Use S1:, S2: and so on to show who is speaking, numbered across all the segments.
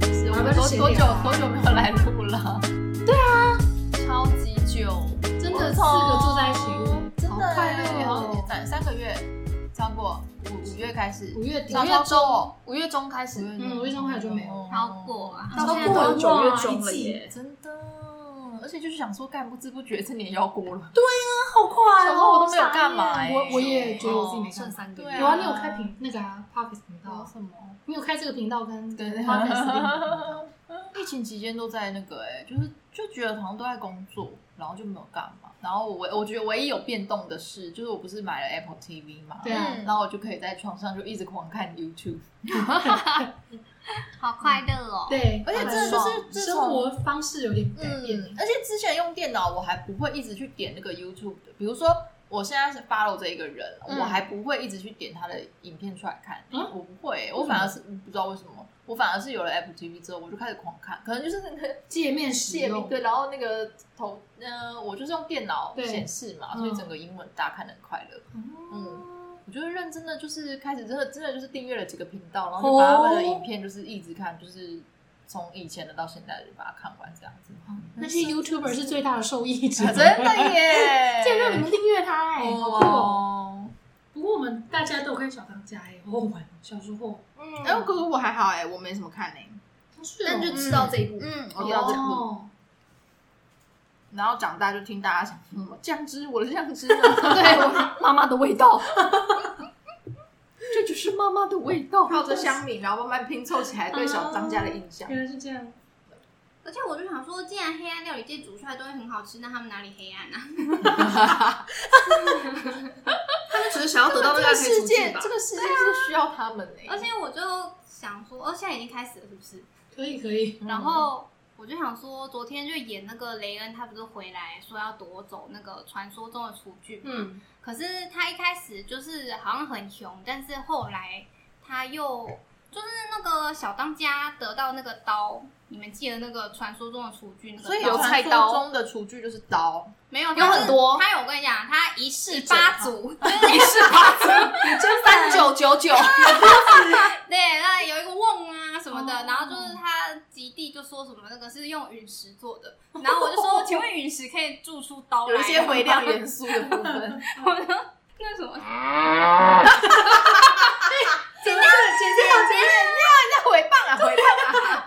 S1: 多多久
S2: 十年啊了
S1: 多久没有来录了？对啊，超级久，
S2: 真
S1: 我
S2: 的四
S1: 从
S2: 个住在一起，
S1: 真
S2: 好
S1: 的
S2: 快
S1: 耶好
S2: 乐
S1: 像
S2: 哦！
S1: 三三个月，超过五五月开始，
S2: 五月底
S1: 超
S3: 五月
S1: 超
S3: 中
S1: 过，
S3: 五月中开始，
S2: 嗯五月中开始就没有
S1: 哦
S3: 超过啊，
S2: 超
S3: 到现在
S2: 过
S3: 都
S2: 了
S3: 哇
S2: 九月
S3: 一
S4: 中了
S3: 季
S4: 耶，
S1: 真的。而且就是想说，干不知不觉这年要过了，
S4: 好快
S2: 哎
S3: 哦
S1: 小时候我都没有干嘛
S3: 傻
S1: 哎、
S3: 眼
S2: 我我也觉得我自己没
S3: 哦剩
S2: 干嘛。
S3: 三个
S1: 对啊
S3: 月，
S2: 有啊，你有开频那个啊 p o c k e t 频道
S1: 搞
S2: 啊，
S1: 什么？
S2: 你有开这个频道跟
S1: 对
S2: p o
S1: 对
S2: c k e t
S1: 疫情期间都在那个哎、就是就觉得好像都在工作，然后就没有干嘛。然后我唯我觉得唯一有变动的是，就是我不是买了 Apple TV 嘛，
S2: 对啊，
S3: 嗯
S1: 然后我就可以在床上就一直狂看 YouTube，
S3: 好快乐哦。
S2: 对，
S1: 而且
S2: 蛮
S1: 真的
S2: 爽
S1: 就是自
S2: 生
S1: 从
S2: 活方式有点改变
S1: 嗯，，而且之前用电脑我还不会一直去点那个 YouTube 的，比如说我现在是 follow 这一个人，
S3: 嗯
S1: 我还不会一直去点他的影片出来看，
S2: 嗯
S1: 我不会、欸我反而是不知道为什么，我反而是有了 Apple TV 之后，我就开始狂看，可能就是那个
S2: 界面使
S1: 界面
S2: 用，
S1: 对，然后那个头，呃，我就是用电脑
S2: 对
S1: 显示嘛，所以整个英文大家看得很快乐。嗯，我就是认真的，就是开始真的真的就是订阅了几个频道，然后就把他们的影片就是一直看，就是从以前的到现在的就把它看完这样子。
S2: 那些 YouTuber 是最大的受益者，！
S1: 啊 真的耶
S2: 竟然让你们订阅他哎，好酷哦！
S1: 哦。
S2: 不过我们大家都有看小当家哎，好好玩哦，小时候，
S3: 嗯
S1: 哎，可是我还好哎，我没什么看哎。
S2: 是哦
S3: 但就吃到这一步，
S1: 嗯，我
S3: 我
S1: 知
S3: 知道
S1: 道
S3: 这
S1: 这
S3: 个
S1: 部。
S2: 哦，
S1: 然后长大就听大家讲什么酱汁，我的酱汁呢？
S3: 对我妈妈的味 道，
S1: 这就是妈妈的味道。靠着香米，然后慢慢拼凑起来对小张家的印象。
S2: 原来是这样，
S3: 而且我就想说，既然黑暗料理界煮出来都会很好吃，那他们哪里黑暗啊？
S4: 他们只是想要得到那
S1: 这个
S4: 个黑
S1: 世
S4: 处
S1: 界
S4: 境，吧
S1: 这。个世界是需要他们的、欸
S3: 而且我就想说，哦，现在已经开始了，是不是？
S2: 可以可以，
S3: 然后我就想说，昨天就演那个雷恩，他不是回来说要夺走那个传说中的厨具嘛？
S2: 嗯，
S3: 可是他一开始就是好像很穷，但是后来他又就是那个小当家得到那个刀，你们记得那个传说中的厨具那个
S1: 所以
S3: 刀
S1: 有
S3: 吗
S1: 菜刀中的厨具就是刀，
S3: 没有，
S1: 有很
S3: 他是
S1: 多
S3: 他有我跟你讲，他一式八 足，就是
S1: 你是八字，你真三九九九，
S3: 对，那有一个瓮啊什么
S1: 哦
S3: 的，然后就是他极地就说什么那个是用陨石 做的，然后我就说，请问陨石可以铸出刀来
S1: 有一些
S3: 吗
S1: 微量元素的部分。
S3: 我就那什么，
S1: 简单，简单，简单，那那回棒啊，回棒啊，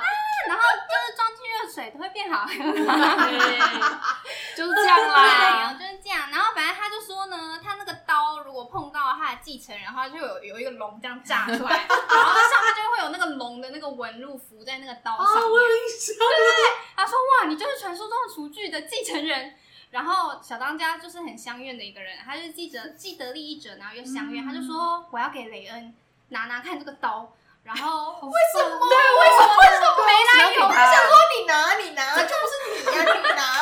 S3: 然后就是装进热水都会变好，
S1: 就是这样啦。
S3: 对，就是这样。然后反正他就说呢，他那个刀如果碰到他的继承人的话，就有有一个龙这样炸出来，然后上面就会有那个龙的那个纹路浮在那个刀
S2: 啊，
S3: 上
S2: 我
S3: 面。
S2: 有印象，
S3: 他说：“哇，你就是传说中的厨具的继承人。”然后小当家就是很相怨的一个人，他就记着既得利益者，然后又相怨，他就说：“我要给雷恩拿拿看这个刀。”然后为什么？对，为什么？为什么没来由？
S1: 我想
S3: 说
S1: 你拿，你拿，这就是你呀，啊你拿。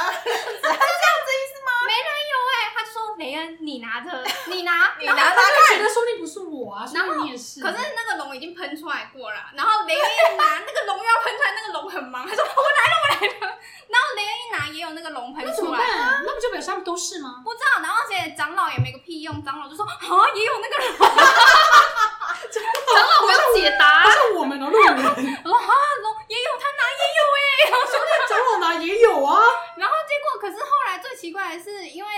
S3: 没来由哎、他就说：“雷恩，你拿着，你拿，
S1: 你
S3: 然后
S1: 拿它
S2: 他觉得说你不是我啊，说你也是，
S3: 可是那个龙已经喷出来过了，啊然后雷恩一拿，那个龙又要喷出来，那个龙很忙，他说：“我来了，我来了。”然后雷恩一拿，也有那个龙喷
S2: 那怎
S3: 出
S2: 么
S3: 来。
S2: 办？那不就表示他们都是吗？
S3: 不知道，然后而且长老也没个屁用，长老就说啊，也有那个人，
S4: 那我要解答
S2: 不。是我们的路人，
S3: 我说啊，也有他拿也有哎、然后说
S2: 长老哪也有啊？
S3: 然后结果可是后来最奇怪的是，因为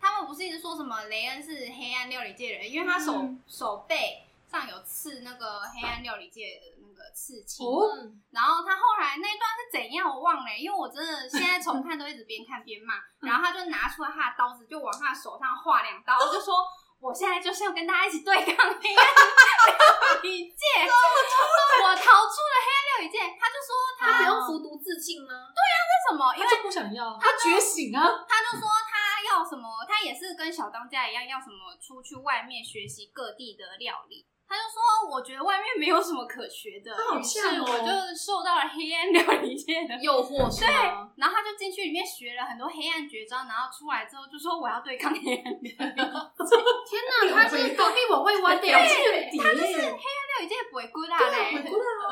S3: 他们不是一直说什么雷恩是黑暗料理界人，因为他手、
S2: 嗯
S3: 手背上有刺那个黑暗料理界的那个刺青，
S2: 哦，
S3: 然后他后来那一段是怎样我忘了、因为我真的现在重看都一直边看边骂。
S4: 嗯
S3: 然后他就拿出了他的刀子，就往他的手上划两刀，就说：“我现在就是要跟大家一起对抗黑暗料理界，我逃出了黑暗料理界。”他就说他
S4: 他不用
S3: 为
S4: 服毒自尽吗？
S3: 什么，因
S2: 他
S3: 为
S2: 就不想要，他觉醒啊！
S3: 他就说他要什么，他也是跟小当家一样要什么出去外面学习各地的料理。他就说，我觉得外面没有什么可学的，
S2: 他好
S3: 于是
S2: 呛哦
S3: 我就受到了黑暗料理界的
S4: 诱惑是吗？
S3: 然后他就进去里面学了很多黑暗绝招，然后出来之后就说我要对抗黑暗料理界，
S4: 天哪，他是躲避我未弯的，我是
S2: 他就是
S3: 料理界不会孤大嘞。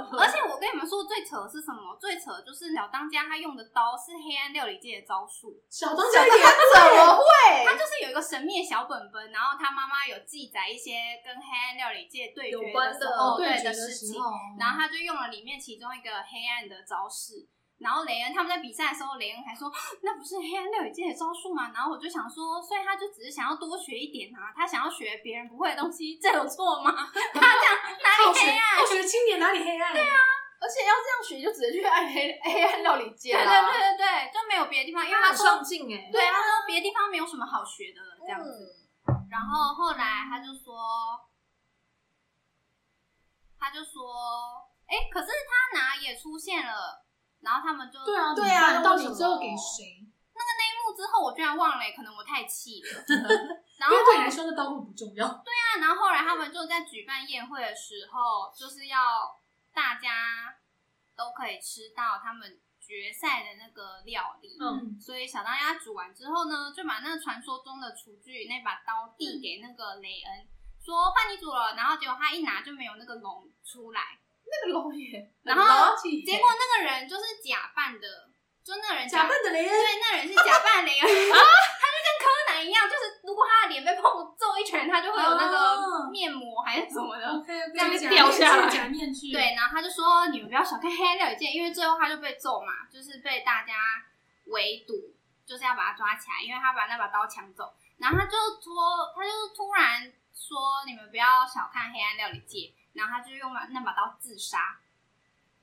S2: 不
S3: 而且我我跟你们说最扯的是什么？最扯的就是小当家他用的刀是黑暗料理界的招数，
S2: 小当
S1: 这
S2: 家
S1: 点
S2: 也
S1: 怎么
S2: 哦
S3: 他
S1: 会？
S3: 就是有一个神秘的小本本，然后他妈妈有记载一些跟黑暗料理界对决
S4: 有关
S3: 的时
S4: 的
S3: 候
S2: 对
S3: 哦对
S2: 决的
S3: 事
S2: 时
S3: 情，
S2: 候，
S3: 然后他就用了里面其中一个黑暗的招式。然后雷恩他们在比赛的时候，雷恩还说那不是黑暗料理界的招数吗？然后我就想说，所以他就只是想要多学一点啊，他想要学别人不会的东西，这有错吗？ 他这样哪
S2: 好
S3: 里黑
S2: 学
S3: 暗？
S2: 好学青年哪里黑暗？对啊，
S1: 而且要这样学，就直接去暗黑黑暗料理界
S3: 对对
S1: 啦。
S3: 对对对，就没有别的地方，因为
S2: 啊
S3: 他欸
S2: 很
S3: 说
S2: 上进哎，
S3: 对，他说别的地方没有什么好学的了，这样子。
S1: 嗯
S3: 然后后来他就说，他就说，哎、可是他哪也出现了，然后他们就
S2: 对啊，
S1: 对啊
S2: 你到
S1: 为什
S2: 底
S1: 么
S2: 最后给谁？
S3: 那一幕之后，我居然忘了、欸可能我太气 了。然
S2: 因
S3: 后嗯
S2: 为对你来说那刀路不重要，
S3: 那然后后来他们就在举办宴会的时候，就是要大家都可以吃到他们决赛的那个料理。
S2: 嗯，
S3: 所以小当家煮完之后呢，就把那个传说中的厨具那把刀递给那个雷恩，说换你煮了。然后结果他一拿就没有那个龙出来，
S1: 那个龙眼，
S3: 然后
S1: 结
S3: 结果那个人就是假扮的，就那个人
S2: 假扮的雷
S3: 对
S2: 恩，，
S3: 那人是假扮 雷恩，啊他就跟柯南一样，就是如果他的脸被碰揍一拳，他就会有那
S2: 哦
S3: 个面膜还是什么的。
S2: OK，
S3: 这样
S2: 假
S3: 掉
S4: 下
S2: 面
S4: 来
S2: 具假面具，，
S3: 对，然后他就说你们不要小看黑暗料理界，因为最后他就被揍嘛，就是被大家围堵，就是要把他抓起来，因为他把那把刀抢走。然后他就突他就突然说你们不要小看黑暗料理界，然后他就用把那把刀自杀，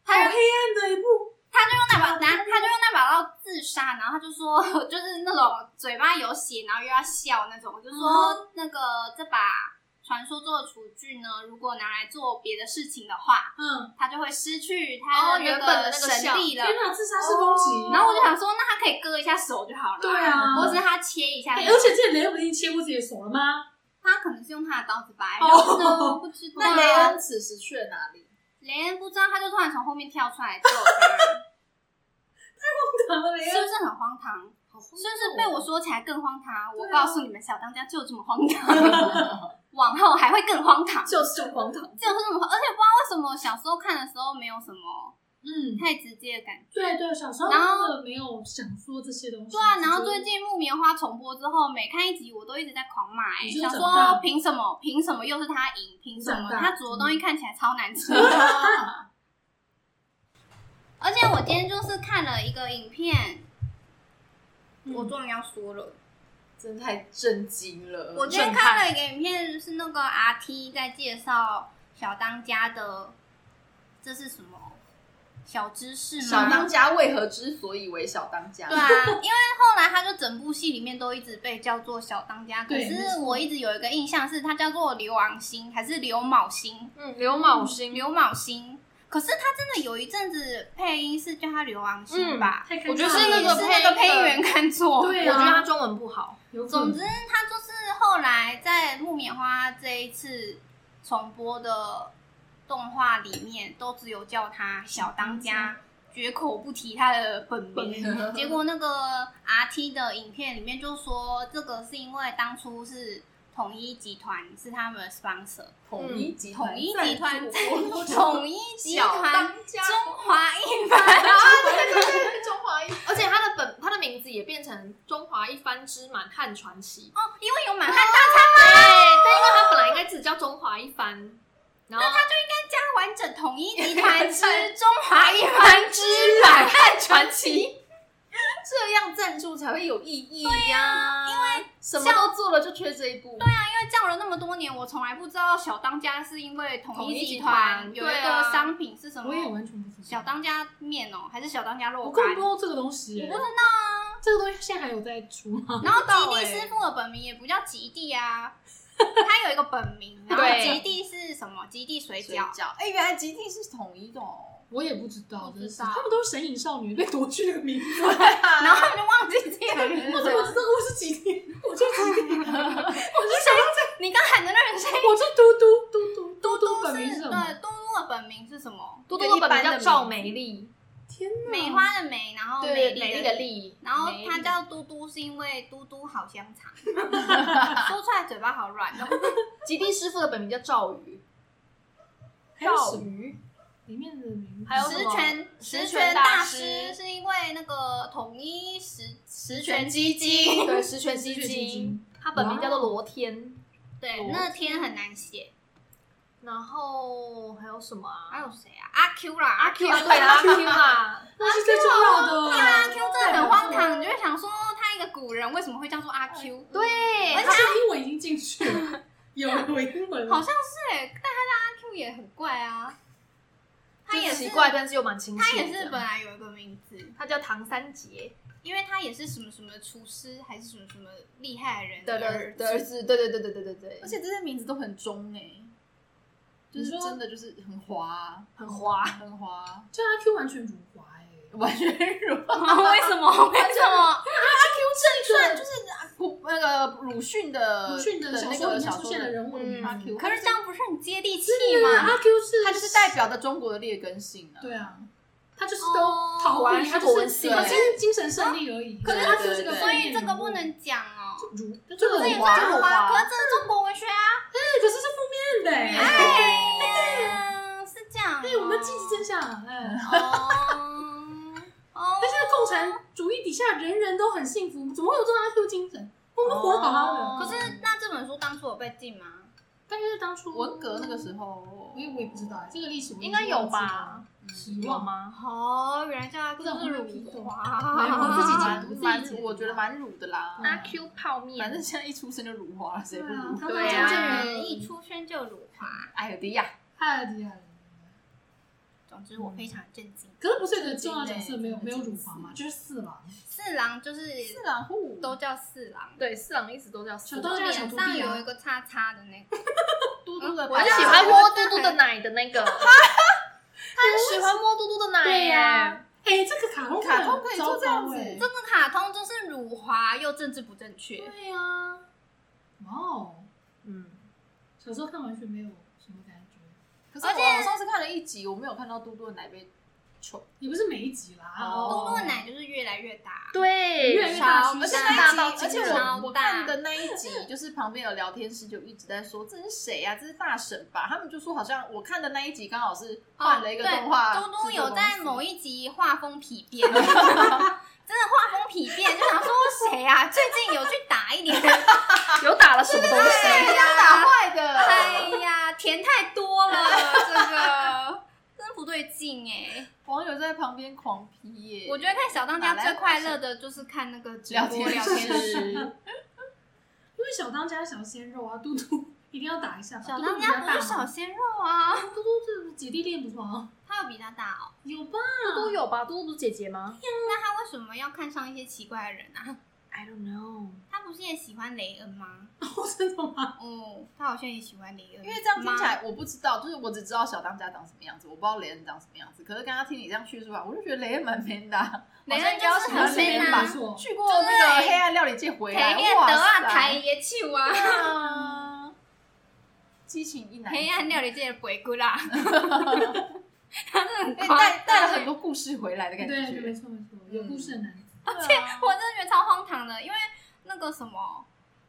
S2: 好
S3: 他
S2: 黑
S3: 就
S2: 暗的一部，
S3: 他就用那把拿，他就用那把刀自杀，然后他就说，就是那种嘴巴有血，然后又要笑那种，我就说那个这把传说中的厨具呢，如果拿来做别的事情的话，
S2: 嗯，
S3: 它就会失去它
S4: 哦原本的那个
S3: 神力了
S2: 天。哪，自杀式攻击，
S3: 哦然后我就想说，那他可以割一下手就好了，
S2: 对啊
S3: 或者是他切一下，
S2: 哎而且这雷恩不是已经切过自己的手了吗？
S3: 他可能是用他的刀子把
S2: 哦
S3: 然后呢，不知道
S1: 那雷恩此时去了哪 里？
S3: 雷恩不知道，他就突然从后面跳出来救他。
S2: 怎么雷
S3: 是
S2: 恩？
S3: 不是很荒唐？是不是被我说起来更荒唐？我
S2: 哦对啊
S3: 告诉你们，小当家就这么荒唐，往后还会更荒唐，
S1: 就是这么荒唐。
S3: 就是这么荒。而且不知道为什么小时候看的时候没有什么
S2: 嗯，
S3: 太直接的感觉。
S2: 对对，小时候
S3: 然后
S2: 真的没有想说这些东西，
S3: 对啊，然后
S2: 就
S3: 最近木棉花重播之后，每看一集我都一直在狂骂、欸，
S2: 你真
S3: 想
S2: 的长大
S3: 说
S2: 了
S3: 凭什么？凭什么又是他赢？凭什
S2: 你
S3: 么
S2: 长大嗯
S3: 他煮的东西看起来超难 吃？
S1: 啊
S3: 而且我今天就是看了一个影片，
S2: 嗯
S3: 我终于要说了。
S1: 真的太震惊了！
S3: 我今天看了一个影片，是那个 RT 在介绍小当家的，这是什么小知识吗？
S1: 小当家为何之所以为小当家？
S3: 对啊，因为后来他就整部戏里面都一直被叫做小当家，可
S2: 对没
S3: 是
S2: 错
S3: 我一直有一个印象是他叫做刘昂星还是刘卯星？
S4: 嗯，刘卯星，
S3: 刘卯星，可是他真的有一阵子配音是叫他刘昂星
S4: 嗯
S3: 吧？
S2: 太开
S4: 我觉得
S2: 放
S4: 是那
S2: 了
S3: 也
S4: 个
S3: 是那个
S4: 配
S3: 配
S4: 音的
S3: 音员看
S1: 嗯
S3: 错，
S2: 对
S4: 我觉得他
S2: 啊，
S4: 中文不好，
S2: 有可
S3: 总
S2: 能
S3: 之，他就是后来在木棉花这一次重播的动画里面，都只有叫他小当家，绝口不提他的本名。结果那个 RT 的影片里面就说，这个是因为当初是统一集团是他们的 sponsor，
S1: 统一集团，
S3: 统一集团
S1: 赞助
S3: 赞助统一集
S1: 小
S3: 团
S1: 当家。
S3: 中华一番。
S1: 对对对对，中华一番。
S4: 而且他的本他的名字也变成中华一番之满汉传奇，
S3: 哦，因为有满汉
S4: 对，
S3: 哦
S4: 但因为他本来应该只叫中华一番，然后
S3: 加完整统一集团之中华一番之满汉传奇。
S1: 这样赞助才会有意义呀、因为什么
S3: 像
S1: 都做了，就缺这一步。对啊，
S3: 叫了那么多年，我从来不知道小当家是因为统
S4: 统一
S3: 集
S4: 集团
S3: 有一
S4: 对啊
S3: 个商品是什么
S2: 我也完全不知
S3: 小
S2: 道，
S3: 当家面哦，还是小当家肉
S2: 我根本不
S3: 干
S2: 知？道这个东西，
S3: 我不知
S2: 道啊，这个东西现在还有在出吗？
S3: 然后
S1: 道
S3: 吉地
S1: 欸
S3: 师傅的本名也不叫吉地啊，他有一个本名，然后
S4: 对
S3: 吉地是什么？吉地水
S1: 水
S3: 饺。
S1: 饺，哎、原来吉地是统一的哦。
S2: 我也不知道，
S3: 不
S2: 真
S3: 知
S2: 是
S3: 道
S2: 他们都是神隐少女被夺去的名字，
S3: 然后他们就忘记自己的名
S2: 我
S3: 字
S2: 怎么知道我是几天？我就几天，
S3: 你刚喊的那人是
S2: 我就嘟嘟嘟嘟嘟嘟
S3: 嘟
S2: 本
S3: 嘟
S2: 名是
S3: 是？
S2: 什么
S3: 对，？嘟嘟的本名是什么？
S4: 多多的本名叫赵美丽，
S2: 天哪！
S3: 梅花的梅，然后
S4: 对，
S3: 丽
S4: 美丽
S3: 的
S4: 的。丽，
S3: 然后
S4: 美
S3: 他
S4: 丽
S3: 叫嘟嘟是因为嘟嘟好香肠， 说出来嘴巴好软哦。
S4: 吉地师傅的本名叫赵宇，
S2: 还有什
S4: 宇，
S2: 里面的名字
S4: 还有什
S3: 十
S4: 么
S3: 全十
S4: 十全
S3: 全
S4: 大
S3: 大
S4: 师
S3: 师是因为那个统一十十
S4: 全
S3: 全基 金，
S4: 对，十全
S2: 十全
S4: 基
S2: 基
S4: 金
S2: 金，
S4: 他本名叫做罗天。
S3: 对
S2: 哦，
S3: 那天很难写。
S4: 然后还有什么啊？
S3: 还有谁啊？阿 Q 啦，
S4: 阿 Q 啊，对啦，
S3: 啦
S4: 阿 Q 啊啦，
S2: 那是最重要的。对
S3: 阿 Q 真的很荒唐，你就会想说他一个古人为什么会叫做阿 Q？对，哦
S4: 对，
S2: 而且哎英文已经进去了，有有英文了，
S3: 好像是哎，但他的阿 Q 也很怪啊，他也
S4: 就是奇怪，但是又蛮亲切
S3: 他
S4: 的。
S3: 也是本来有一个名字，
S4: 他叫唐三杰
S3: 因为他也是什么什么厨师还是什么什么厉害的人
S4: 的
S3: 的
S4: 儿
S3: 儿
S4: 的儿
S3: 子，
S4: 子，对对对对对对对，
S1: 而且这些名字都很中哎、就是
S2: 你说
S1: 真的就是很滑啊，
S4: 很滑，
S1: 很滑，
S2: 就阿 Q 完全辱华哎，
S1: 完全 乳
S3: 为什么？为什么？
S1: 算就是啊古那个鲁迅的
S2: 鲁迅的小
S1: 那
S2: 说
S1: 个
S2: 里面
S1: 小
S2: 出
S1: 说
S2: 现的
S1: 人，
S2: 人物的名字
S1: 阿 Q，
S3: 嗯可是这样不是很接地气
S2: 对啊
S3: 吗？
S2: 阿 Q 是
S1: 他就是代表的中国的劣根性啊。
S2: 对啊，他就是
S3: 哦
S2: 都逃
S4: 果然
S2: 避，
S4: 是
S2: 他
S4: 国
S2: 就
S4: 文
S2: 是
S4: 系
S2: 他
S1: 对
S2: 今天精神胜利而已。可是阿 Q
S1: 对
S2: 是个
S1: 对
S3: 所
S2: 负面
S3: 以
S2: 人
S3: 这
S2: 物
S3: 个不能讲哦。
S2: 辱，这个
S3: 这也
S2: 辱
S3: 算
S2: 华，
S3: 辱
S4: 华
S3: 华，可是这是中国文学啊。
S2: 对，可是是负面的哎。
S3: 哎，是这样哦。
S2: 对，我们要积极正向。哎，
S3: 哦哦
S2: 那现在共产主义底下人人都很幸福，怎么会有这种阿 Q 精神？我们活得好好的。
S1: 哦
S3: 可是那这本书当初有被禁吗？
S2: 但是当初
S1: 文革那个时候，
S2: 我也我也不知道哎，这个历史我也
S4: 应该有吧？
S1: 嗯
S2: 希
S4: 有
S2: 望
S4: 吗？
S3: 哦，原来叫阿 Q 是辱
S1: 啊
S2: 没有
S3: 华。
S2: 我自己
S1: 蛮
S2: 解读自己解
S1: 蛮，
S2: 读
S1: 我觉得蛮辱的啦。
S2: 嗯
S4: 阿 Q 泡面，
S1: 反正现在一出生就辱华了，谁不
S2: 啊
S1: 辱？
S2: 他
S4: 对
S2: 们渐
S4: 啊
S2: 渐
S3: 人
S2: 的
S3: 一出生就辱华。
S1: 哎呦，迪亚，
S2: 太厉害了。
S3: 总之我非常震惊。
S2: 可是不是有个重要角色没有没有辱华嘛？就是哎四郎，
S3: 四郎就是
S1: 四郎户
S3: 都叫四郎，
S4: 对，四郎一直都叫四
S2: 啊小
S4: 郎
S2: 豆。
S3: 脸
S2: 叫小徒弟啊
S3: 上有一个叉叉的那个。
S1: 嘟嘟
S2: 嗯
S1: 的，
S4: 我很喜
S3: 小
S4: 欢
S3: 我
S4: 摸嘟嘟的奶的那个，他很喜欢摸嘟嘟的奶耶。
S2: 对呀哎，这个卡通
S1: 卡通可以做这样子
S2: 真
S3: 这个卡通就是辱华又政治不正确。
S1: 啊
S2: 对啊呀。哇哦，
S4: 嗯，
S2: 小时候看完全没有什么感觉，
S1: 可是我
S3: 而且
S1: 我上次看了一集，我没有看到嘟嘟的奶被丑，
S2: 也不是每一集啦。
S1: 哦
S3: 多多的奶就是越来越大，
S4: 对，
S2: 越来越大
S4: 超
S2: 趋
S1: 而且
S2: 势
S1: 那
S4: 大
S1: 一
S4: 到
S1: 集，而且
S2: 啊
S4: 惊人
S1: 我
S3: 超
S1: 我
S3: 大
S1: 看的那一集，就是旁边有聊天室就一直在说这是谁呀、这是大婶吧？他们就说好像我看的那一集刚好是换了一个
S3: 哦对
S1: 动画制作
S3: 嘟
S1: 公司，
S3: 嘟有在某一集画风丕 变，真的画风丕变，就想说谁啊？最近有去打一 点，
S4: 有打了什么东西？
S1: 对呀打坏的，
S3: 哎呀，甜太多了，这个真不对劲哎。
S1: 网友在旁边狂批耶，
S3: 我觉得看小当家最快乐的就是看那个直
S1: 聊
S3: 播
S1: 天
S3: 聊天室。
S1: 室，
S2: 因为小当家小鲜肉啊，嘟嘟一定要打一下吧。
S3: 小
S2: 嘟嘟
S3: 当
S2: 比较
S3: 家
S2: 大
S3: 不
S2: 嘛
S3: 是小鲜肉啊，
S2: 嘟嘟这姐弟恋不是吗？
S3: 他有比他大哦。
S2: 有吧？
S4: 都有吧？嘟嘟不是姐姐吗
S3: 那他为什么要看上一些奇怪的人啊？
S4: ？I don't know。
S3: 他不是也喜欢雷恩吗？
S2: 哦，真的吗？
S3: 哦，他好像也喜欢雷恩，
S1: 啊因为这样听起来我不知道，就是我只知道小当家长什么样子，我不知道雷恩长什么样子。可是刚刚听你这样叙述啊，我就觉得雷恩蛮 man 的啊，
S3: 雷
S1: 好像
S3: 恩
S1: 应
S3: 就
S1: 该要
S3: 是
S1: 喜欢
S3: 很
S2: 是
S1: 雷恩
S3: man
S2: 没
S3: 啊
S1: 吧
S2: 没？错，
S1: 去过那个黑暗料理界回来，
S3: 黑面
S1: 哇
S3: 德啊，
S1: 塞
S3: 台也手啊，
S1: 啊，激情一男
S3: 黑暗料理界的鬼谷啦， 他真的 很
S1: 哎
S3: 夸
S1: 带
S3: 张
S1: 带了很多故事回来的感
S2: 对，
S1: 觉，啊
S2: 对没错没错，
S3: 嗯
S2: 有故事的男子。
S1: 而
S3: 且我真的觉得超荒唐的，因为那个什么，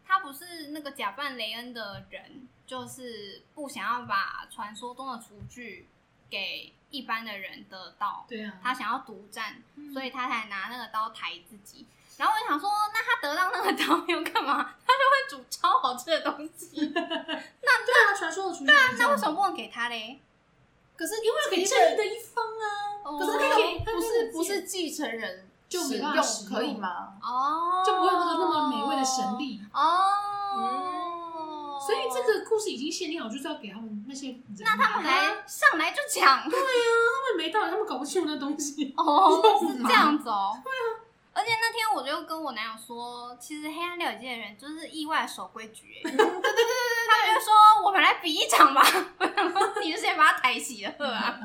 S3: 他不是那个假扮雷恩的人，就是不想要把传说中的厨具给一般的人得到，
S2: 对啊，
S3: 他想要独占，
S2: 嗯
S3: 所以他才拿那个刀抬自己。然后我就想说，那他得到那个刀 又干嘛？他就会煮超好吃的东西，
S2: 对啊，传说的厨师。对啊
S3: 那为什么不能给他嘞？
S1: 可是
S2: 因为给正义的一方啊，
S3: 哦
S1: 可是
S2: 他
S1: 那
S2: 给
S1: 个
S2: 他
S1: 不
S2: 给
S1: 是
S2: 你
S1: 不是
S2: 见
S1: 继承人
S2: 就
S1: 使
S2: 没
S1: 用
S2: 办法使
S1: 可以
S2: 用
S1: 吗？
S3: 哦，
S2: 就不会有那个那么美味的神力。嗯
S3: 哦。
S2: 所以这个故事已经限定好，就是要给他们那些人。那
S3: 他们还上来就抢
S2: 对啊，他们没道理，他们搞不清楚那东西。
S3: 哦，是这样子哦。对啊，而且那天我就跟我男友说，其实黑暗料理界的人就是意外守规矩、欸。
S2: 嗯
S3: 对对对对对，他们就说我们来比一场吧。 我想说你就先把他抬起了啊，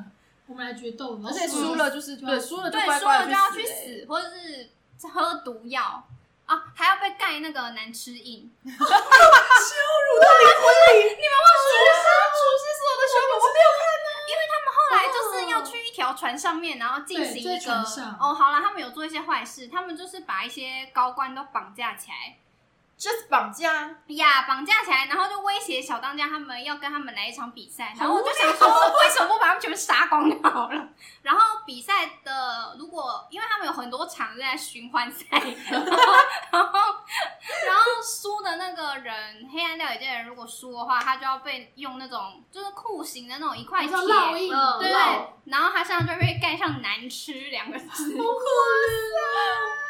S2: 我们来决斗，然后
S1: 而且输了就是
S2: 就
S1: 对，输了就
S3: 对，
S1: 乖
S3: 输
S1: 乖
S3: 了就
S1: 地
S3: 要去
S1: 欸
S3: 死，或者是喝毒药啊，还要被盖那个难吃印。啊后来就是要去一条船上面，然后进行
S2: 对
S3: 一
S2: 在
S3: 个
S2: 船上
S3: 哦，好了，他们有做一些坏事，他们就是把一些高官都绑架起来，
S1: 就是绑架，
S3: 呀绑架起来，然后就威胁小当家他们要跟他们来一场比赛，然后我就想说， 为什么不把他们全部杀光就好了？然后比赛的如果因为他们有很多场是在循环赛， 然后然后然后输的那个人，黑暗料理界的人如果输的话，他就要被用那种就是酷刑的那种一块铁
S2: 叫，烙印，
S4: 嗯
S3: 对
S2: 烙
S3: 对，然后他身上就会盖上“难吃”两 个字，
S2: 好可怜啊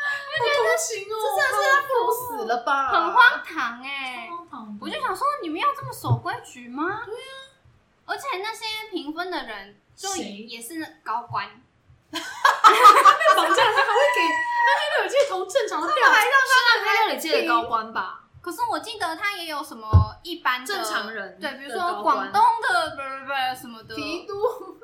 S1: 好同情哦，这真的是他不如死了吧？
S3: 很荒唐哎、
S2: 啊！荒
S3: 我就想说，你们要这么守规矩吗？对啊，而且那些评分的人就
S2: 谁
S3: 也也是高官，
S2: 绑架他还会给他那个有些投正常的票，
S4: 是啊他料理界的高官吧？
S3: 可是我记得他也有什么一般的
S4: 正常人
S3: 对，比如
S4: 的高
S3: 说
S4: 官
S3: 广东的不不不什么的
S2: 提督。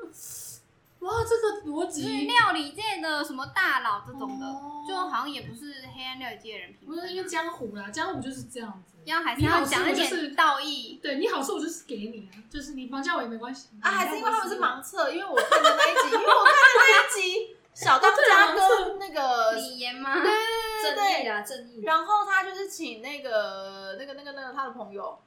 S2: 哇，这个逻
S3: 就是
S2: 辑，
S3: 料理界的什么大佬这种的，
S2: 哦
S3: 就好像也不是黑暗料理界的人评
S2: 不是
S3: 分啊
S2: 因，为江湖啦，江湖就是这样子。
S3: 要还是
S2: 你好
S3: 要讲一
S2: 是不是
S3: 点道义。
S2: 对你好处我就是给你啊，就是你绑架我也没关系
S1: 啊，还是因为他们是盲测，因为我看的那一集，因为我看的那一集，小当家跟那个
S3: 李岩吗？
S1: 呃对对对，
S4: 啊，正义
S1: 然后他就是请那个那个那个那个他的朋友，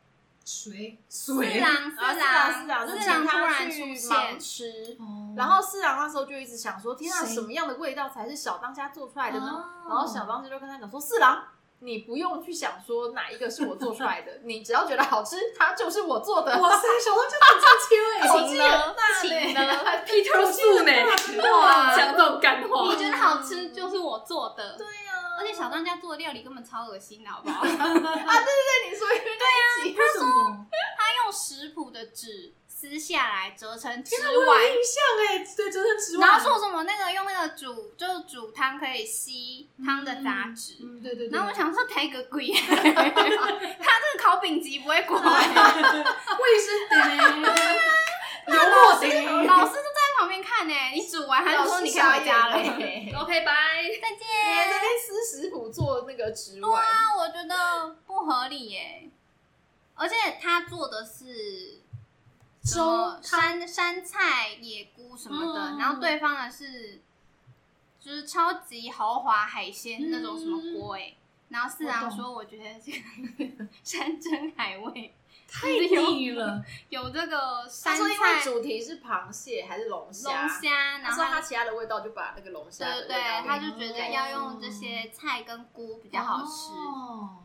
S2: 谁
S3: 四
S2: 谁
S3: 郎，
S1: 啊，四
S3: 郎，
S1: 四郎就
S3: 四
S1: 请
S3: 郎突
S1: 他
S3: 然
S1: 去
S3: 出
S1: 盲
S3: 现，
S1: 吃。
S3: 嗯
S2: 哦
S1: 然后四郎那时候就一直想说，天啊，
S2: 谁
S1: 什么样的味道才是小当家做出来的呢？
S2: 哦
S1: 然后小当家就跟他讲说，四郎，你不用去想说哪一个是我做出来 的，你只要觉得好吃，它就是我做的。
S2: 哇塞，小浪就很正切哎，
S1: 口气很大
S4: 请
S1: 嘞
S4: 呢，还批投诉呢，
S3: 哇
S4: 讲这种干
S2: 哦
S4: 话，
S3: 你觉得好吃就是我做的，
S1: 对呀，
S3: 而且小当家做的料理根本超恶心的，好不好？
S1: 对你说因为那一集，
S2: 为什么？
S3: 他用食谱的纸撕下来折成纸
S2: 我有
S3: 碗，
S2: 印象哎，对，真的之外，
S3: 然后说什么那个用那个煮就是煮汤可以吸汤的杂质。
S2: 嗯，对对对，
S3: 然后我想说，抬个鬼！他这个烤饼级不会过来，
S2: 卫生的呢，油墨的，
S3: 老师都在旁边看呢。你煮完，他就说你可以回家啊了。
S4: OK，拜。
S1: 在
S3: 再
S1: 那
S3: 见。
S1: 边撕食谱做那个啊纸碗，
S3: 那啊我觉得不合理耶，而且他做的是什么
S2: 粥汤
S3: 山山菜、野菇什么的，
S2: 嗯
S3: 然后对方的是就是超级豪华海鲜那种什么锅哎。
S1: 嗯
S3: 然后四郎说：“我觉得这个山珍海味
S2: 太腻了，
S3: 有这个
S1: 他
S3: 山
S1: 说因为
S3: 菜、
S1: 主题是螃蟹还是龙虾，
S3: 龙虾，
S1: 他
S3: 然后
S1: 说他其他的味道就把那个龙虾
S3: 对
S1: 的
S3: 对
S1: 味道
S3: 对，
S1: 给
S3: 他就觉得要用这些菜跟菇比较好吃，
S2: 哦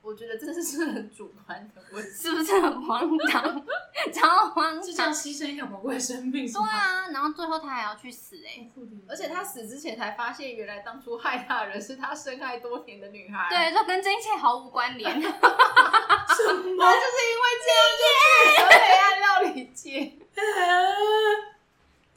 S1: 我觉得这是很主观的问题。
S3: 是不是很荒唐？ 超荒
S2: 就这
S3: 唐
S2: 样！牺牲一条宝贵的生命，是
S3: 对
S2: 吗，
S3: 啊，然后最后他还要去死哎、
S2: 好酷的
S1: 而且他死之前才发现，原来当初害他的人是他深爱多年的女孩。，
S3: 对，就跟这一切毫无关
S2: 什
S3: 联。
S2: 么
S1: 他就是因为这样就去了黑暗料理界。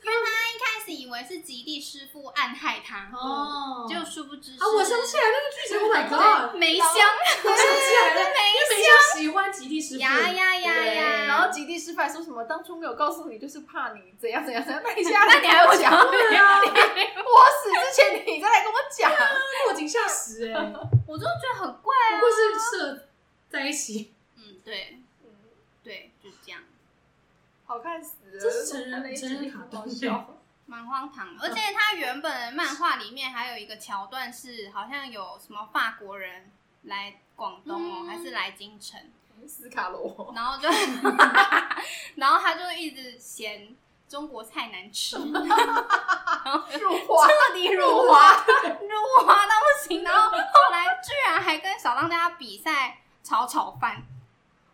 S3: 开始以为是极地师傅暗害他，哦，
S2: 哦，
S3: 结果殊不知是
S2: 啊，我想起来那个剧情，Oh my
S3: 对
S2: god！
S3: 梅香
S2: 我想起来了，因为梅香喜欢极地师傅，
S3: 呀呀呀
S1: 对
S3: 呀，
S1: 然后极地失败，说什么当初没有告诉你，就是怕你怎样怎样怎样。那你现在
S3: 那你还
S1: 跟我
S3: 会
S1: 讲，
S3: 讲
S1: 对啊，我死之前你再来跟我讲。
S2: 落井下石哎，不
S3: 我就觉得很怪啊。
S2: 过是设在一起，
S3: 嗯，对对，就这样，
S1: 嗯好看死了！
S2: 这是成人
S1: 看了一集
S2: 成人卡通
S1: 好笑。
S3: 蛮荒唐的。而且他原本的漫画里面还有一个桥段是，好像有什么法国人来广东哦，
S2: 嗯
S3: 还是来京城，
S1: 斯卡 罗，
S3: 然后就，然后他就一直嫌中国菜难吃，
S1: 入华，
S3: 彻底辱华，辱华到不行。然后后来居然还跟小当家比赛炒炒饭，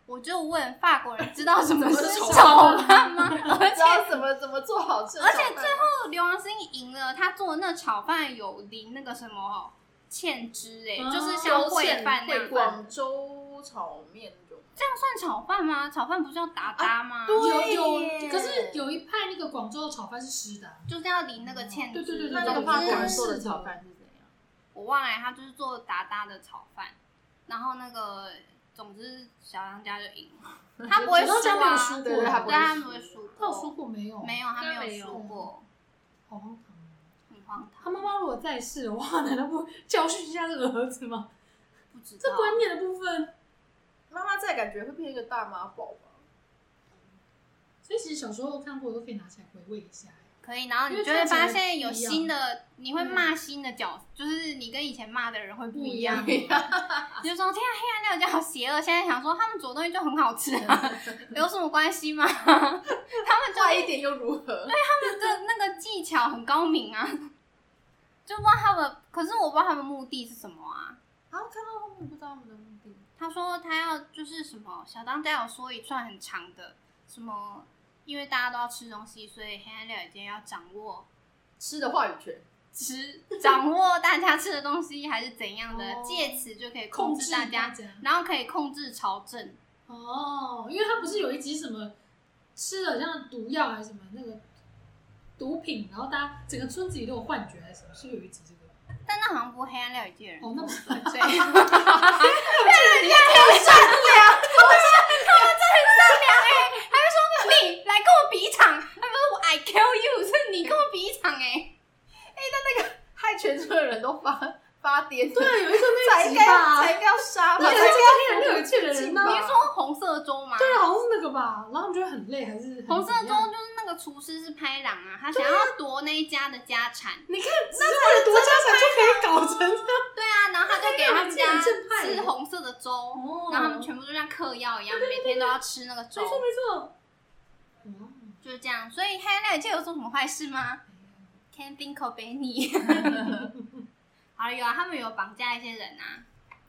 S3: 我就问法国人知道什么是炒饭吗？而
S1: 知道怎么怎么做好吃的炒
S3: 而且
S1: 饭。
S3: 最后刘王星赢了，他做的那炒饭有淋那个什么芡汁、欸，
S2: 哦
S3: 就是像烩饭那
S1: 会
S3: 样饭。
S1: 广州炒面那种，
S3: 这样算炒饭吗？炒饭不是要打搭吗？
S1: 对耶
S2: 有有，可是有一派那个广州的炒饭是湿的啊，
S3: 就是要淋那个芡
S2: 对
S3: 汁。
S2: 对对对
S1: 那那
S2: 对
S1: 个
S2: 对
S1: 法
S2: 法
S1: 国
S2: 国
S1: 人
S2: 人
S1: 做
S2: 做
S1: 的
S2: 的
S1: 炒
S2: 炒
S1: 饭
S2: 饭
S1: 是怎样？
S3: 我忘了，欸他就是做达达的炒饭，然后那个总之小当家就赢了，他不会
S2: 小当
S3: 输
S2: 家没有
S3: 啊，
S2: 输
S1: 对对，他不
S3: 对他不
S1: 会
S3: 会
S1: 输。
S3: 输，
S2: 他有说，过哦没有？
S3: 没有，他
S4: 应该
S3: 没
S4: 没
S3: 有
S4: 有
S3: 输过，
S2: 好荒唐哦。
S3: 很荒唐，
S2: 他妈妈如果在世的话，难道不教训一下这个儿子吗？
S3: 不知道
S2: 这观念的部分，
S1: 妈妈在感觉会变一个大妈宝吧？
S2: 所以其实小时候看过都可以拿起来回味一下。
S3: 可以，然后你
S2: 因为
S3: 就会
S2: 看起来
S3: 发现有
S2: 不一样嗯
S3: 新的，你会骂新的角，就是你跟以前骂的人会不一样。
S2: 不一样
S3: 你就说天啊，黑暗料理好邪恶，现在想说他们煮的东西就很好吃 啊，有什么关系吗？ 他们就
S1: 坏一点又如何？
S3: 这那个技巧很高明啊，就不知道他们，可是我不知道他们目的是什么啊。
S1: 然后看到后面不知哎道他们的目的，
S3: 他说他要就是什么，小当家有说一串很长的，什么，因为大家都要吃东西，所以黑暗料理店要掌握
S1: 吃的话语权，
S3: 吃，掌握大家吃的东西还是怎样的，
S2: 哦
S3: 借此就可以控
S2: 控
S3: 制
S2: 制
S3: 大家，然后可以控制朝政。
S2: 哦，因为他不是有一集什么吃了像毒药还是什么那个毒品，然后大家整个村子里都有幻觉还是什么，是有一集这个。
S3: 但那好像不是黑暗料理界的人
S2: 哦，那不是
S3: 所以你来跟我比场，他们说我 I kill you，是你跟我比场哎、
S1: 害全村的人都发发癫，
S2: 对，有一个
S1: 才 应
S2: 那一集
S1: 该
S2: 吧，
S1: 才应该要杀吧，
S2: 那
S1: 才
S2: 个
S1: 应该
S2: 黑暗
S1: 要
S2: 料理界的人呢
S1: 吧？
S3: 你是说红色粥吗？
S2: 啊对，好像是那个吧，然后他们觉得很累，还是
S3: 红色
S2: 很怎
S3: 粥
S2: 样
S3: 就是那个厨师是拍狼啊，他想要夺那一家的家产。
S2: 你看，只是为了独家产就可以搞成这样，
S3: 对啊，然后他就给他们
S2: 那
S3: 家
S2: 个很正派耶
S3: 吃红色的粥，
S2: 哦
S3: 然后他们全部都像嗑药一样，每天都要吃那个粥
S2: 没，错没错。哇
S3: 就是这样。所以黑暗料理界有做什么坏事吗？Can think of any 好了，有啊，他们有绑架一些人啊，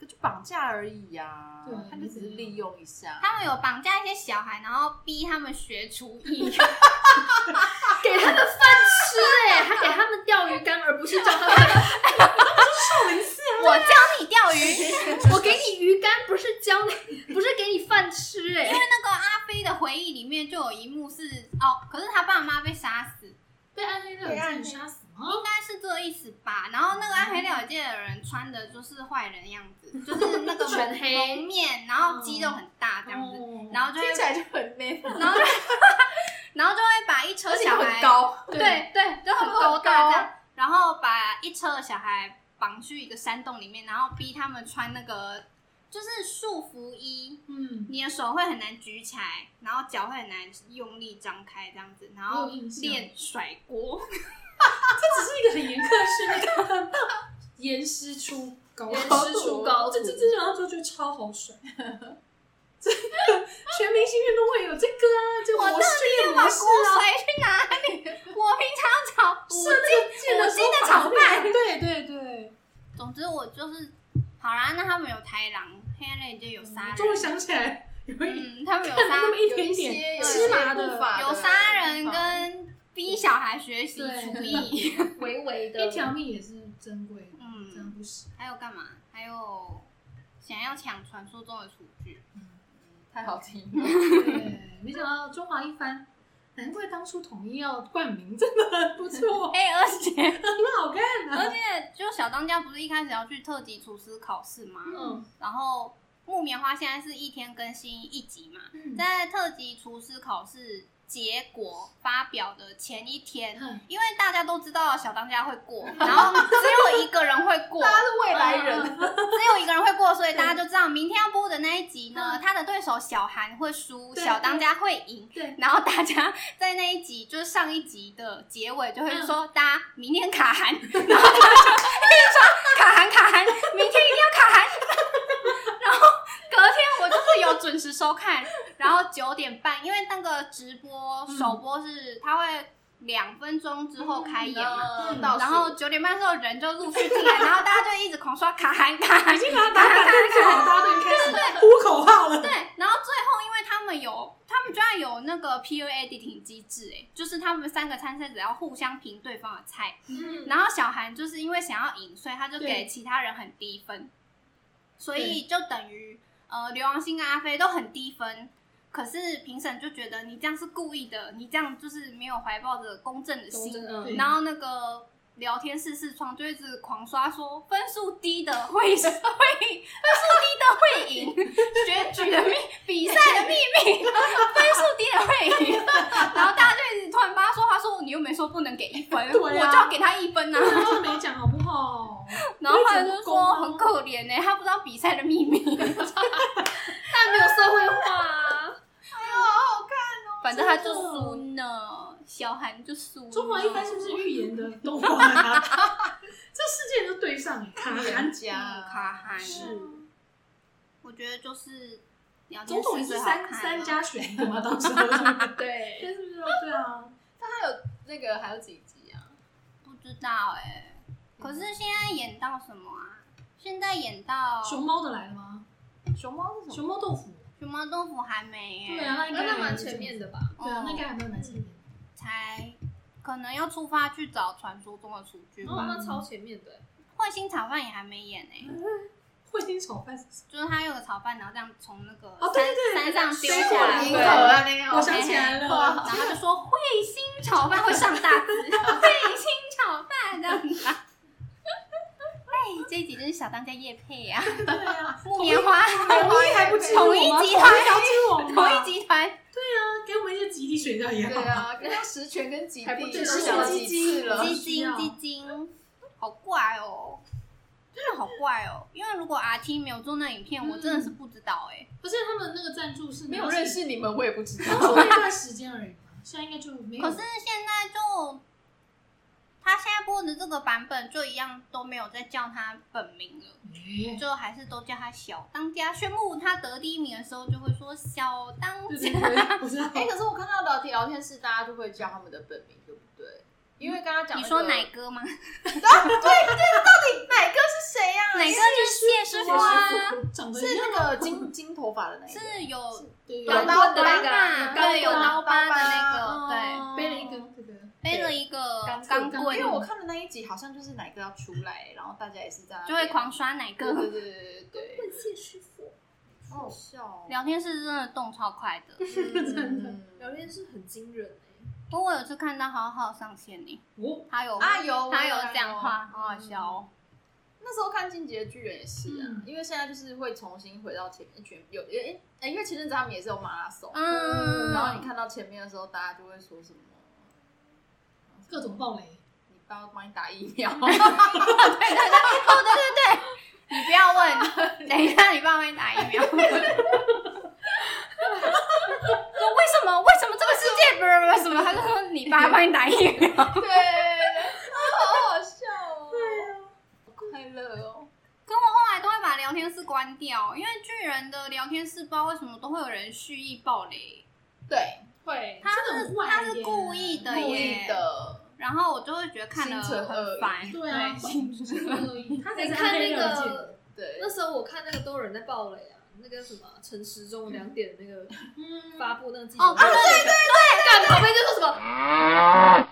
S1: 就绑架而已呀
S2: 对，
S1: 他就只是利用一下，
S3: 他们有绑架一些小孩，然后逼他们学厨 艺。
S4: 给他们饭 吃哎、他给他们钓鱼竿，而不是叫他们。
S3: 我教你钓鱼，
S4: 我给你鱼竿，不是教你，不是给你饭吃哎、
S3: 那个阿飞的回忆里面就有一幕是哦，可是他爸妈被杀死，应
S2: 被暗黑
S1: 被暗
S2: 料
S1: 黑
S2: 理杀死吗？
S3: 该是这意思吧。然后那个暗黑料理界的人穿的就是坏人样子，就是 那个
S4: 全黑
S3: 蒙面，然后肌肉很大这样子，
S2: 哦
S3: 然后就
S1: 哎嗯听起
S3: 会
S1: 来就很 man，
S3: 然 后就然后就会把一车
S1: 而且
S3: 小
S1: 又
S3: 孩
S1: 很，高，
S3: 对对，就很高大这样，然后把一车的小孩绑去一个山洞里面，然后逼他们穿那个就是束缚衣，
S2: 嗯，
S3: 你的手会很难举起来，然后脚会很难用力张开这样子，然后
S1: 嗯
S2: 我有印
S1: 啊
S2: 象
S3: 练甩锅。
S2: 这只是一个很严苛的训练， 很棒严师出高
S4: 严
S2: 徒
S4: 师出高徒
S2: 这这这然后就觉得超好 甩。这个全明星运动会有这个啊，这个
S3: 我
S2: 模式这个
S3: 把
S2: 模
S3: 锅
S2: 式啊，
S3: 甩去哪里？我平常找
S2: 是那个剑
S3: 五
S2: 的
S3: 金的
S2: 手法
S3: 炒饭
S2: 对对对，
S3: 总之我就是好啦，那他们有豺狼，黑暗类就有杀人，
S2: 终于想起来有一
S3: 嗯，他们有
S2: 那么
S3: 杀
S2: 一点点芝麻的
S3: 有杀人跟逼小孩学习厨
S2: 嗯
S3: 艺，
S4: 微微的
S2: 一条命也是珍贵的，
S3: 嗯
S2: 这样不行。
S3: 还有干嘛？还有想要抢传说中的厨具，
S1: 太好听，
S2: 对，没想到中华一番，难怪当初统一要冠名，真的很不错，
S3: 哎、而且
S2: 很好看啊。
S3: 而且就小当家不是一开始要去特级厨师考试吗？
S2: 嗯，
S3: 然后木棉花现在是一天更新一集嘛，
S2: 嗯
S3: 在特级厨师考试结果发表的前一天，
S2: 嗯
S3: 因为大家都知道小当家会过，然后只有一个人会 过，
S1: 他是未来 人，
S3: 只有一个人会过，所以大家就知道明天要播的那一集呢，他的对手小韩会
S2: 嗯
S3: 输，
S2: 对
S3: 小当家会赢。
S2: 对，
S3: 然后大家在那一集，就是上一集的结尾，就会说、
S2: 嗯
S3: 大家明天 卡韩，然后他就一直说卡韩卡韩，明天一定要 卡韩。然后隔天我就是有准时收看，然后九点半，因为那个直播
S2: 嗯
S3: 首播是他会两分钟之后开演嘛。
S1: 嗯
S3: 然后九点半之后人就陆续 进来，然后大家就一直狂刷卡韩卡韩
S2: 已，经把它打卡电视好，大家都已经开始呼口号了。
S3: 对，然后最后因为他们有，他们居然有那个 P U editing 机制、哎，就是他们三个参赛者要互相评对方的菜，然后小韩就是因为想要赢，所以他就给
S2: 嗯对
S3: 其他人很低分，所以就等于呃刘王星跟阿飞都很低分。可是评审就觉得你这样是故意的，你这样就是没有怀抱着公正的心，
S2: 对
S3: 然后那个聊天室视窗就一直狂刷说分数低的会会分数低的会 赢，选举的秘比赛的秘密，分数低的会赢。然后大家就一直突然帮他说，他说你又没说不能给一分，我
S2: 对啊
S3: 就要给他一分呐、
S2: 对啊就是没讲好不好？
S3: 然后后来就
S2: 不公
S3: 说
S2: 啊
S3: 很可怜呢、他不知道比赛的秘密。
S4: 但没有社会化啊。
S3: 反反正他就输呢，小韩就输呢。
S2: 中华一番是不是预言的动画啊？ 这世界都对上了，卡韩
S3: 嗯卡韩
S2: 是，
S3: 我觉得就是聊天
S2: 总统
S3: 室
S2: 也是啊
S3: 最好
S2: 三
S3: 看
S2: 三
S3: 了
S2: 家选一个嘛，到时候是 不是
S4: 对，
S2: 但是不是都对啊？
S1: 但他有那个还有几集啊？
S3: 不知道哎、可是现在演到什么啊？现在演到
S2: 熊猫的来了吗？
S1: 熊猫是什么？
S2: 熊猫豆腐，
S3: 熊猫豆腐还没哎、
S2: 对啊，，那应
S1: 那
S2: 该
S1: 那蛮全面
S2: 的，
S1: 的吧？
S2: 对啊，那应该还蛮蛮全面的。
S3: 才可能要出发去找传说中的厨具
S1: 哦，
S3: 吧。
S1: 那超前面的欸。
S3: 彗星炒饭也还没演哎、
S2: 彗星炒饭是什
S3: 就是他有个炒饭，然后这样从那个
S2: 哦对对对
S3: 山山上丢
S2: 水
S3: 下
S2: 果
S3: 来，
S2: 林
S1: 银
S2: 口
S1: 河
S2: 啊
S1: 啊
S3: 对
S1: 那
S2: 么？
S1: 样
S2: 我想起来
S3: 然后
S2: 了，
S3: 他就说彗星炒 饭会上 大字，彗星炒饭这样子 啊。哎，这一集真是小当家叶配啊，
S2: 对啊，
S3: 木棉花，
S2: 哎，我也还不至于
S3: 统一
S2: 我吗
S3: 集
S2: 统
S3: 团
S2: 一小巨网
S3: 同一
S2: 吧
S3: 集团
S2: 给我们一些吉利选项也
S1: 对
S2: 好。
S1: 啊，跟他十全跟极
S4: 还不
S1: 地
S4: 对
S1: 都
S4: 十全
S1: 讲
S2: 基
S1: 几
S2: 金
S1: 次了。
S3: 基
S2: 需
S3: 金
S2: 要
S3: 基金，好怪哦，真的好怪哦。因为如果 RT 没有做那影片，我真的
S1: 嗯
S3: 是不知道哎、
S2: 不是他们那个赞助是
S1: 没有认，识你们，我也不知
S2: 当初
S1: 道。
S2: 那段时间而已嘛，现在应该就
S1: 嗯
S2: 没有。
S3: 可是现在就他现在播的这个版本，就一样都没有再叫他本名了，
S1: 嗯
S2: 哎，
S3: 就还是都叫他小当家。宣布他得第一名的时候，就会说小当
S2: 对
S3: 家
S2: 对。对，不知道。
S1: 哎，可是我看到聊天聊天室，大家就会叫他们的本名，对不对？因为刚刚讲
S3: 你
S1: 那
S3: 说
S1: 个
S3: 奶哥吗？
S1: 奶哥是谁呀？
S3: 奶哥就是谢师傅啊，
S2: 长得
S1: 是那个金金头发的那一个，
S3: 是有
S2: 对
S1: 有刀的那个
S3: 疤
S1: 啊，
S3: 对，有刀疤的那
S1: 刀
S3: 个，
S1: 疤
S3: 对。
S1: 哦
S2: 背了一根这个，
S3: 背了一个
S1: 钢
S3: 钢
S2: 钢
S3: 棍，
S1: 因为我看的那一集好像就是哪个要出来，然后大家也是在那边
S3: 就会狂刷奶
S1: 对
S3: 哥。
S1: 对对对对对，
S4: 谢师傅，
S1: 好好笑哦，
S3: 聊天室真的动超快的，
S1: 真
S2: 的
S4: 聊天室很惊人哎，
S3: 不过我有次看到好好上线欸呢，
S2: 哦，
S3: 他有
S1: 啊有
S3: 他有讲话，
S1: 好好笑哦。那时候看《进击的巨人》也是啊
S2: 嗯，
S1: 因为现在就是会重新回到前面，全有诶诶，因为前阵子他们也是有马拉松，
S3: 嗯，
S1: 然后你看到前面的时候，大家就会说什么，
S2: 各种暴雷，
S1: 你爸帮你打疫苗，
S3: 对对对，哦对对对，你不要问，等一下你 爸会打 疫苗。就为什么？为什么这个世 界不是为什么？他就说你爸帮你打疫 苗。
S1: 对，好好笑哦，好快乐哦，
S3: 可我后来都会把聊天室关掉，因为巨人的聊天室不知道为什么都会有人蓄意暴雷，
S1: 对，
S2: 会
S3: 他
S2: 真的
S3: 是
S2: 很坏
S3: 他是
S2: 耶
S3: 哎故意的
S1: 故
S3: 耶
S1: 意的，
S3: 然后我就会觉得看了
S1: 心存恶
S3: 很
S1: 意
S3: 烦。
S2: 对啊，
S3: 心存恶意
S2: 他才
S4: 你
S2: 是
S4: 看
S2: 暗黑
S4: 那
S2: 料件
S4: 个。
S1: 对
S4: 那，时候我看那个都有人在爆雷啊，那个什么陈时中两点那个
S2: 嗯，
S4: 发布那个记者
S1: 啊
S3: 哦，
S4: 会，
S3: 对对对，
S4: 干旁边就说什么，